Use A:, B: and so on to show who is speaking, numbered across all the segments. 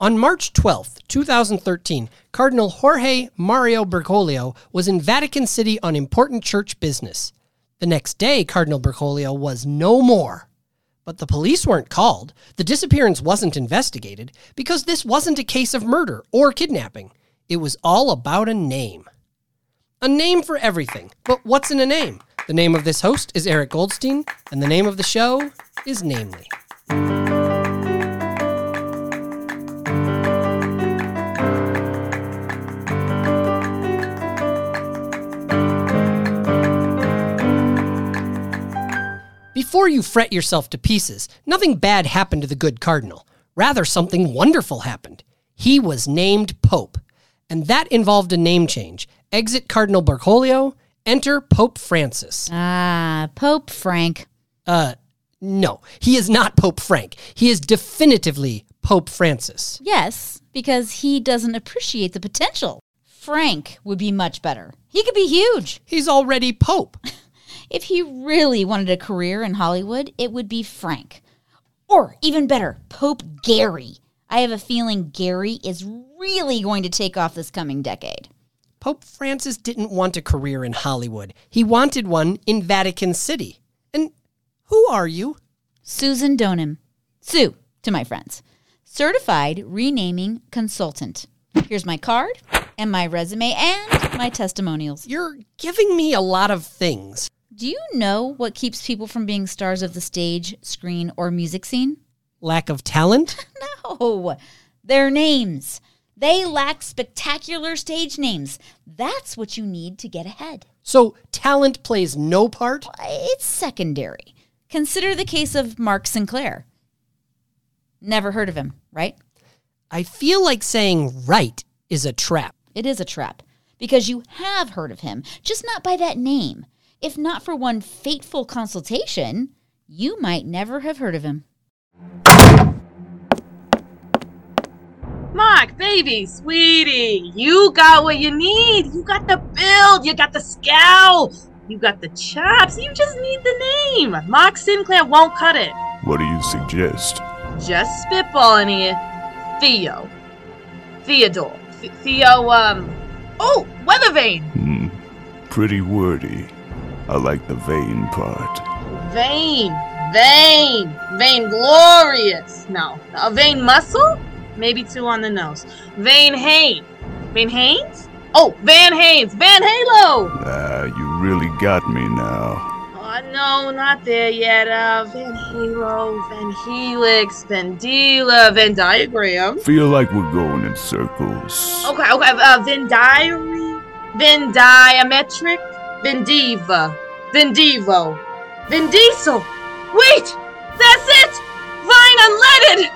A: On March 12th, 2013, Cardinal Jorge Mario Bergoglio was in Vatican City on important church business. The next day, Cardinal Bergoglio was no more. But the police weren't called, the disappearance wasn't investigated, because this wasn't a case of murder or kidnapping. It was all about a name. A name for everything, but what's in a name? The name of this host is Eric Goldstein, and the name of the show is Namely. Before you fret yourself to pieces, nothing bad happened to the good cardinal. Rather, something wonderful happened. He was named Pope, and that involved a name change. Exit Cardinal Bergoglio, enter Pope Francis.
B: Ah, Pope Frank.
A: Uh, no, he is not Pope Frank. He is definitively Pope Francis.
B: Yes, because he doesn't appreciate the potential. Frank would be much better. He could be huge.
A: He's already Pope.
B: If he really wanted a career in Hollywood, it would be Frank. Or even better, Pope Gary. I have a feeling Gary is really going to take off this coming decade.
A: Pope Francis didn't want a career in Hollywood. He wanted one in Vatican City. And who are you?
B: Susan Donham. Sue, to my friends. Certified renaming consultant. Here's my card and my resume and my testimonials.
A: You're giving me a lot of things.
B: Do you know what keeps people from being stars of the stage, screen, or music scene?
A: Lack of talent?
B: No, their names. They lack spectacular stage names. That's what you need to get ahead.
A: So talent plays no part?
B: It's secondary. Consider the case of Mark Sinclair. Never heard of him, right?
A: I feel like saying right is a trap.
B: It is a trap because you have heard of him, just not by that name. If not for one fateful consultation, you might never have heard of him.
C: Mark, baby, sweetie, you got what you need. You got the build, you got the scowl, you got the chops. You just need the name. Mark Sinclair won't cut it.
D: What do you suggest?
C: Just spitballing here. Theo. Theodore. Th- Theo, um. Oh, weather vane.
D: Hmm. Pretty wordy. I like the vein part.
C: Vein. Vein. Vein glorious. No. A vein muscle? Maybe two on the nose. Vein Haynes. Vein Haynes? Oh, Van Haynes. Van Halo.
D: Ah, you really got me now.
C: Oh, no, not there yet. Uh, Van Halo, Van Helix, Van Dealer, Van Diagram.
D: Feel like we're going in circles.
C: Okay, okay. Uh, Venn diary, Venn diametric, Vendiva, Vendivo, Vendiesel. Wait, that's it. Vine unleaded.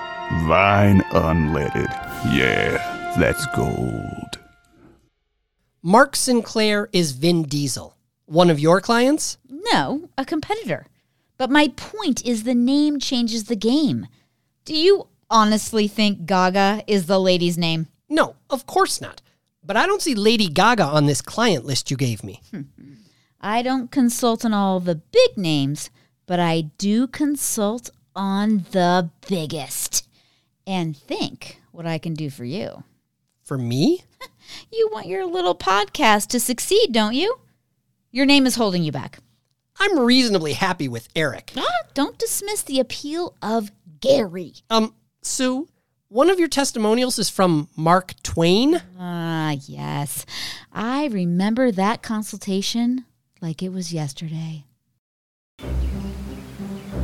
D: Vine unleaded. Yeah, that's gold.
A: Mark Sinclair is Vin Diesel. One of your clients?
B: No, a competitor. But my point is the name changes the game. Do you honestly think Gaga is the lady's name?
A: No, of course not. But I don't see Lady Gaga on this client list you gave me.
B: I don't consult on all the big names, but I do consult on the biggest. And think what I can do for you.
A: For me?
B: You want your little podcast to succeed, don't you? Your name is holding you back.
A: I'm reasonably happy with Eric.
B: Ah, Don't dismiss the appeal of Gary.
A: Um, Sue, one of your testimonials is from Mark Twain.
B: Ah, yes. I remember that consultation like it was yesterday.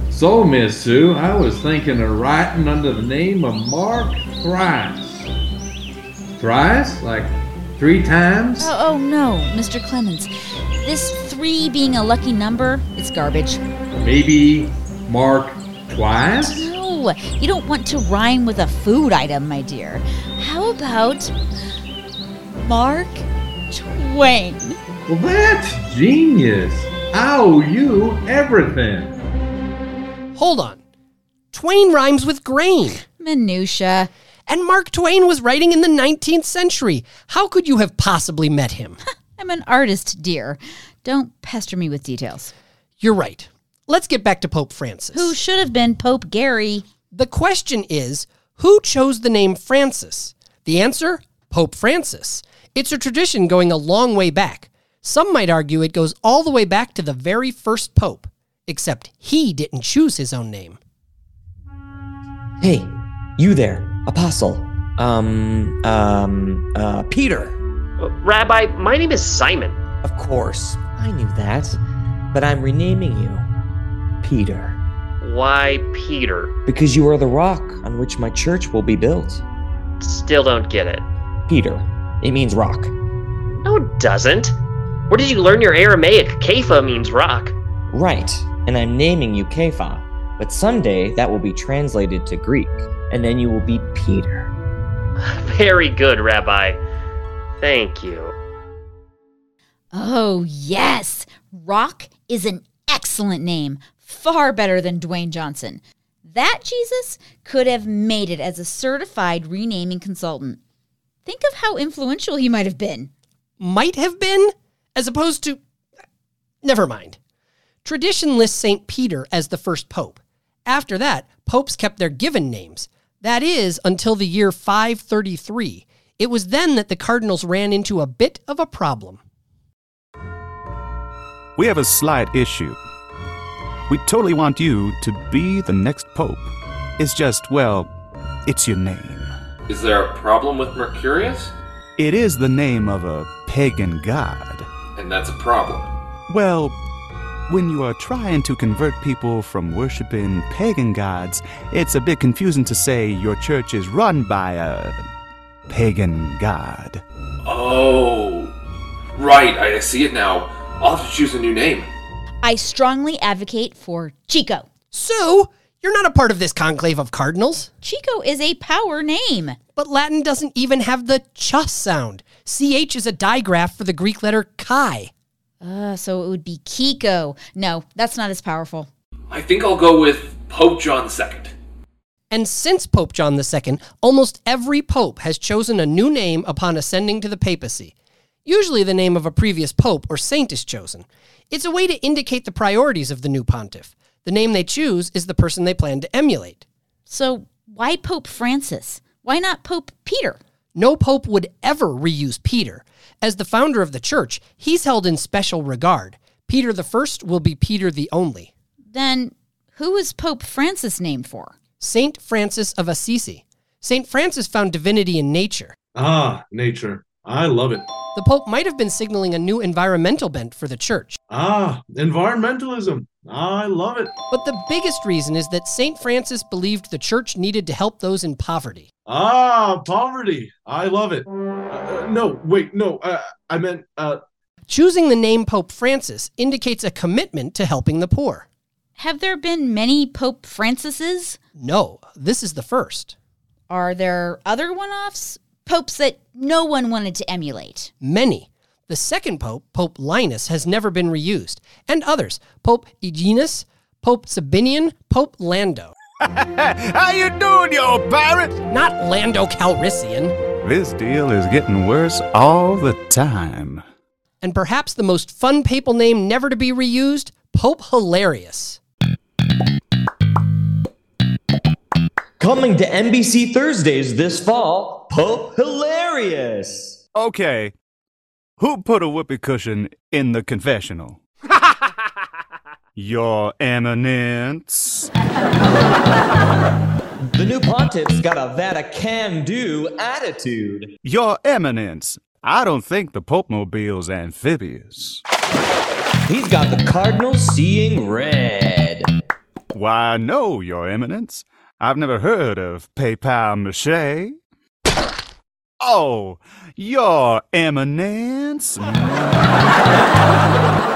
E: So, Miss Sue, I was thinking of writing under the name of Mark Thrice. Thrice? Like three times?
B: Oh, oh no, Mr. Clemens. This three being a lucky number, it's garbage.
F: Oh.
E: Maybe Mark twice?
B: No, you don't want to rhyme with a food item, my dear. How about Mark Twain?
E: Well, that's genius. I owe you everything.
A: Hold on. Twain rhymes with grain.
B: Minutia.
A: And Mark Twain was writing in the 19th century. How could you have possibly met him?
B: I'm an artist, dear. Don't pester me with details.
A: You're right. Let's get back to Pope Francis.
B: Who should have been Pope Gary?
A: the question is Who chose the name Francis? The answer Pope Francis. It's a tradition going a long way back. Some might argue it goes all the way back to the very first pope, except he didn't choose his own name.
G: Hey, you there, Apostle. Um, um, uh, Peter.
F: Uh, Rabbi, my name is Simon.
G: Of course, I knew that. But I'm renaming you Peter.
F: Why Peter?
G: Because you are the rock on which my church will be built.
F: Still don't get it.
G: Peter. It means rock.
F: No, it doesn't. Where did you learn your Aramaic? Kepha means rock.
G: Right, and I'm naming you Kepha, but someday that will be translated to Greek, and then you will be Peter.
F: Very good, Rabbi. Thank you.
B: Oh, yes. Rock is an excellent name, far better than Dwayne Johnson. That Jesus could have made it as a certified renaming consultant. Think of how influential he might have been.
A: might have been, as opposed to. Never mind. Tradition lists St. Peter as the first pope. After that, popes kept their given names. That is, until the year 533. It was then that the cardinals ran into a bit of a problem.
D: We have a slight issue. We totally want you to be the next pope. It's just, well, it's your name.
H: Is there a problem with Mercurius?
D: It is the name of a pagan god.
H: And that's a problem.
D: Well, when you are trying to convert people from worshiping pagan gods, it's a bit confusing to say your church is run by a pagan god.
H: Oh, right, I I see it now. I'll have to choose a new name.
B: I strongly advocate for Chico.
A: So, you're not a part of this conclave of cardinals,
B: Chico is a power name.
A: but Latin doesn't even have the ch sound. CH is a digraph for the Greek letter chi.
B: Uh, so it would be Kiko. No, that's not as powerful.
H: I think I'll go with Pope John II.
A: And since Pope John II, almost every pope has chosen a new name upon ascending to the papacy. Usually, the name of a previous pope or saint is chosen. It's a way to indicate the priorities of the new pontiff. The name they choose is the person they plan to emulate.
B: So why Pope Francis? Why not Pope Peter?
A: No pope would ever reuse Peter. As the founder of the church, he's held in special regard. Peter the First will be Peter the Only.
B: Then who is Pope Francis named for?
A: Saint Francis of Assisi. Saint Francis found divinity in nature.
E: Ah, nature. I love it.
A: The Pope might have been signaling a new environmental bent for the church.
E: Ah, environmentalism. I love it.
A: But the biggest reason is that St. Francis believed the church needed to help those in poverty.
E: Ah, poverty. I love it. Uh, uh, no, wait, no. Uh, I meant uh,
A: Choosing the name Pope Francis indicates a commitment to helping the poor.
B: Have there been many Pope Francises?
A: No, this is the first.
B: Are there other one offs? Popes that no one wanted to emulate.
A: Many. The second pope, Pope Linus, has never been reused, and others Pope Eugenius, Pope Sabinian, Pope Lando.
D: How you doing, you old pirate?
A: Not Lando Calrissian.
D: This deal is getting worse all the time.
A: And perhaps the most fun papal name never to be reused Pope Hilarious.
G: Coming to NBC Thursdays this fall, Pope Hilarious!
D: Okay, who put a whoopee cushion in the confessional? Your eminence.
G: The new pontiff's got a Vatican do attitude.
D: Your eminence. I don't think the Pope Mobile's amphibious.
G: He's got the Cardinal seeing red.
D: Why, no, Your Eminence. I've never heard of PayPal Mache. Oh, Your Eminence.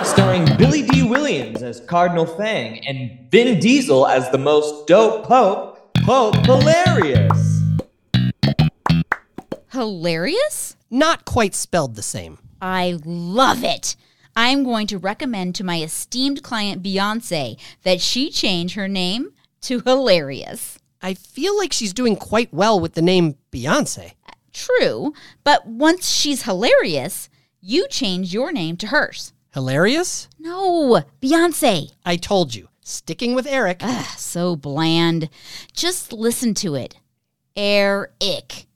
G: Starring Billy D. Williams as Cardinal Fang and Vin Diesel as the most dope Pope, Pope Hilarious.
B: Hilarious?
A: Not quite spelled the same.
B: I love it. I'm going to recommend to my esteemed client Beyonce that she change her name to Hilarious.
A: I feel like she's doing quite well with the name Beyonce.
B: True, but once she's hilarious, you change your name to hers.
A: Hilarious?
B: No, Beyonce.
A: I told you. Sticking with Eric.
B: So bland. Just listen to it. Eric.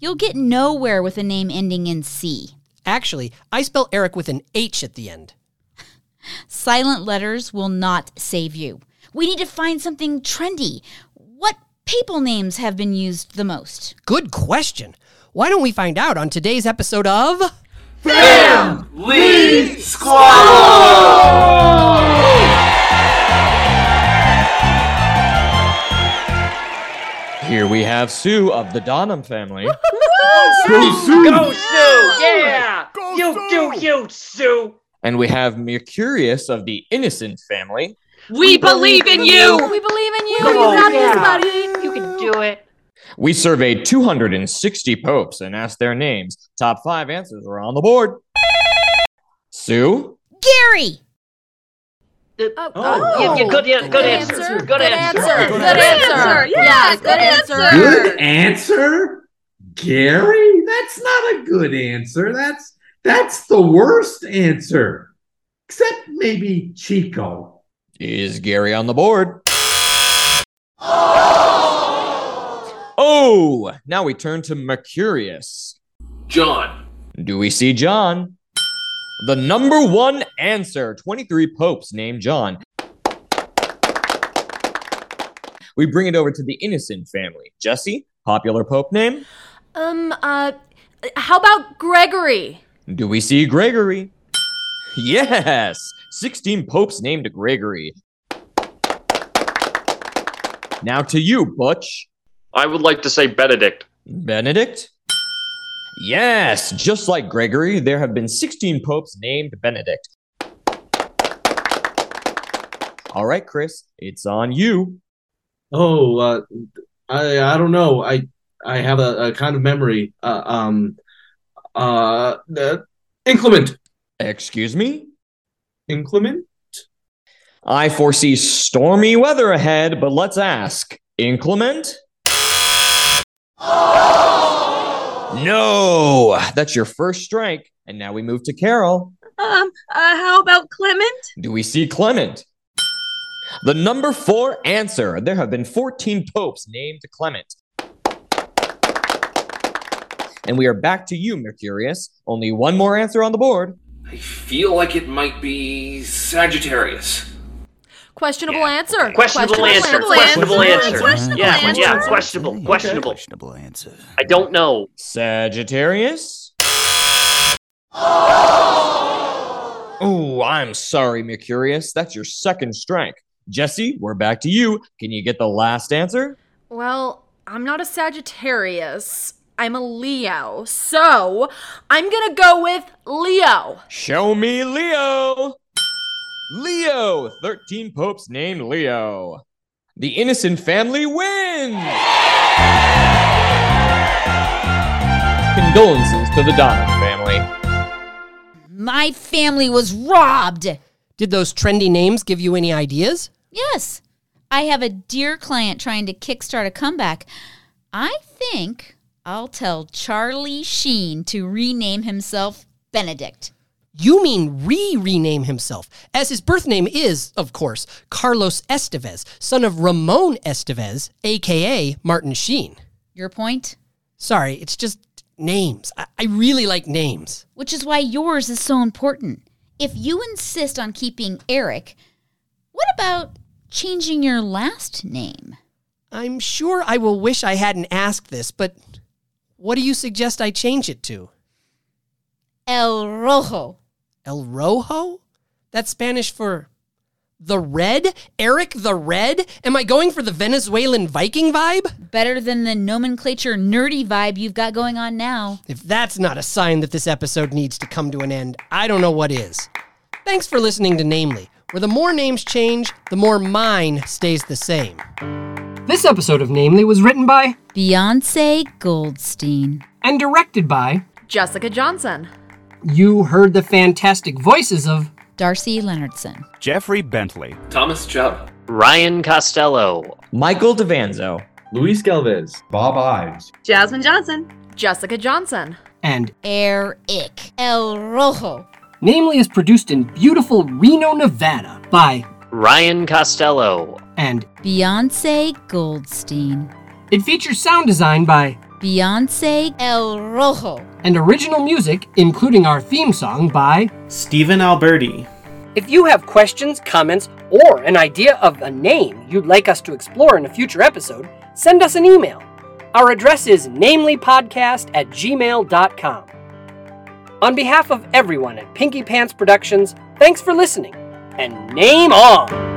B: You'll get nowhere with a name ending in C.
A: Actually, I spell Eric with an H at the end.
B: Silent letters will not save you. We need to find something trendy. What people names have been used the most?
A: Good question. Why don't we find out on today's episode of.
H: Lee Squabble!
G: Here we have Sue of the Donham family.
F: Go, Sue! Yeah! you do you, Sue!
G: and we have Mercurius of the Innocent family.
C: We believe in you.
I: We believe in you.
F: Come
I: you
F: on,
I: got
F: yeah.
I: this, buddy.
F: You can do it.
G: We surveyed 260 popes and asked their names. Top five answers were on the board. Sue,
B: Gary!
I: Oh,
H: Oh.
F: Yeah, yeah, good, yeah, good,
I: Good
F: answer.
I: answer.
F: Good,
I: Good
F: answer.
I: answer.
H: Good
I: Good
C: answer.
I: answer.
C: Yeah,
I: Yeah, good answer.
E: Good answer, Gary. That's not a good answer. That's that's the worst answer, except maybe Chico.
G: is Gary on the board? Oh, now we turn to Mercurius.
H: John.
G: Do we see John? The number one answer 23 popes named John. We bring it over to the innocent family. Jesse, popular pope name.
I: Um, uh, how about Gregory?
G: Do we see Gregory? Yes! 16 popes named Gregory. Now to you, Butch.
F: I would like to say Benedict.
G: Benedict? Yes, just like Gregory, there have been 16 popes named Benedict. All right, Chris, it's on you.
J: Oh, uh, I I don't know. I I have a, a kind of memory. Uh, um, uh, uh, inclement,
G: Excuse me?
J: inclement.
G: I foresee stormy weather ahead, but let's ask inclement? No, that's your first strike. And now we move to Carol.
C: Um. Uh, how about Clement?
G: Do we see Clement? The number four answer. There have been 14 popes named Clement. And we are back to you, Mercurius. Only one more answer on the board.
H: I feel like it might be Sagittarius.
I: Questionable answer.
F: Questionable, answer. Questionable answer. yeah, yeah, questionable. Questionable.
D: Questionable answer.
F: I don't know.
G: Sagittarius? Oh, I'm sorry, Mercurius. That's your second strike. Jesse, we're back to you. Can you get the last answer?
I: Well, I'm not a Sagittarius. I'm a Leo. So I'm going to go with Leo.
G: Show me Leo. Leo, 13 popes named Leo. The innocent family wins. Condolences to the Donald family.
B: My family was robbed.
A: Did those trendy names give you any ideas?
B: Yes. I have a dear client trying to kickstart a comeback. I think I'll tell Charlie Sheen to rename himself Benedict.
A: You mean re rename himself, as his birth name is, of course, Carlos Estevez, son of Ramon Estevez, aka Martin Sheen.
B: Your point?
A: Sorry, it's just names. I, I really like names.
B: Which is why yours is so important. If you insist on keeping Eric, what about changing your last name?
A: I'm sure I will wish I hadn't asked this, but what do you suggest I change it to?
B: El Rojo.
A: El Rojo? That's Spanish for the red? Eric the Red? Am I going for the Venezuelan Viking vibe?
B: Better than the nomenclature nerdy vibe you've got going on now.
A: If that's not a sign that this episode needs to come to an end, I don't know what is. Thanks for listening to Namely, where the more names change, the more mine stays the same. This episode of Namely was written by
B: Beyonce Goldstein.
A: and directed by.
I: Jessica Johnson.
A: You heard the fantastic voices of.
B: Darcy Leonardson.
D: Jeffrey Bentley.
H: Thomas Chowda.
F: Ryan Costello.
G: Michael Devanzo.
J: Luis Galvez.
E: Bob Ives.
C: Jasmine Johnson.
I: Jessica Johnson.
A: And
B: Eric El Rojo.
A: Namely is produced in beautiful Reno, Nevada by.
F: Ryan Costello.
A: And
B: Beyonce Goldstein.
A: It features sound design by
B: Beyonce El Rojo.
A: and original music, including our theme song by.
K: Stephen Alberti.
A: If you have questions, comments, or an idea of a name you'd like us to explore in a future episode, send us an email. Our address is namelypodcast at gmail.com. On behalf of everyone at Pinky Pants Productions, thanks for listening, and name on!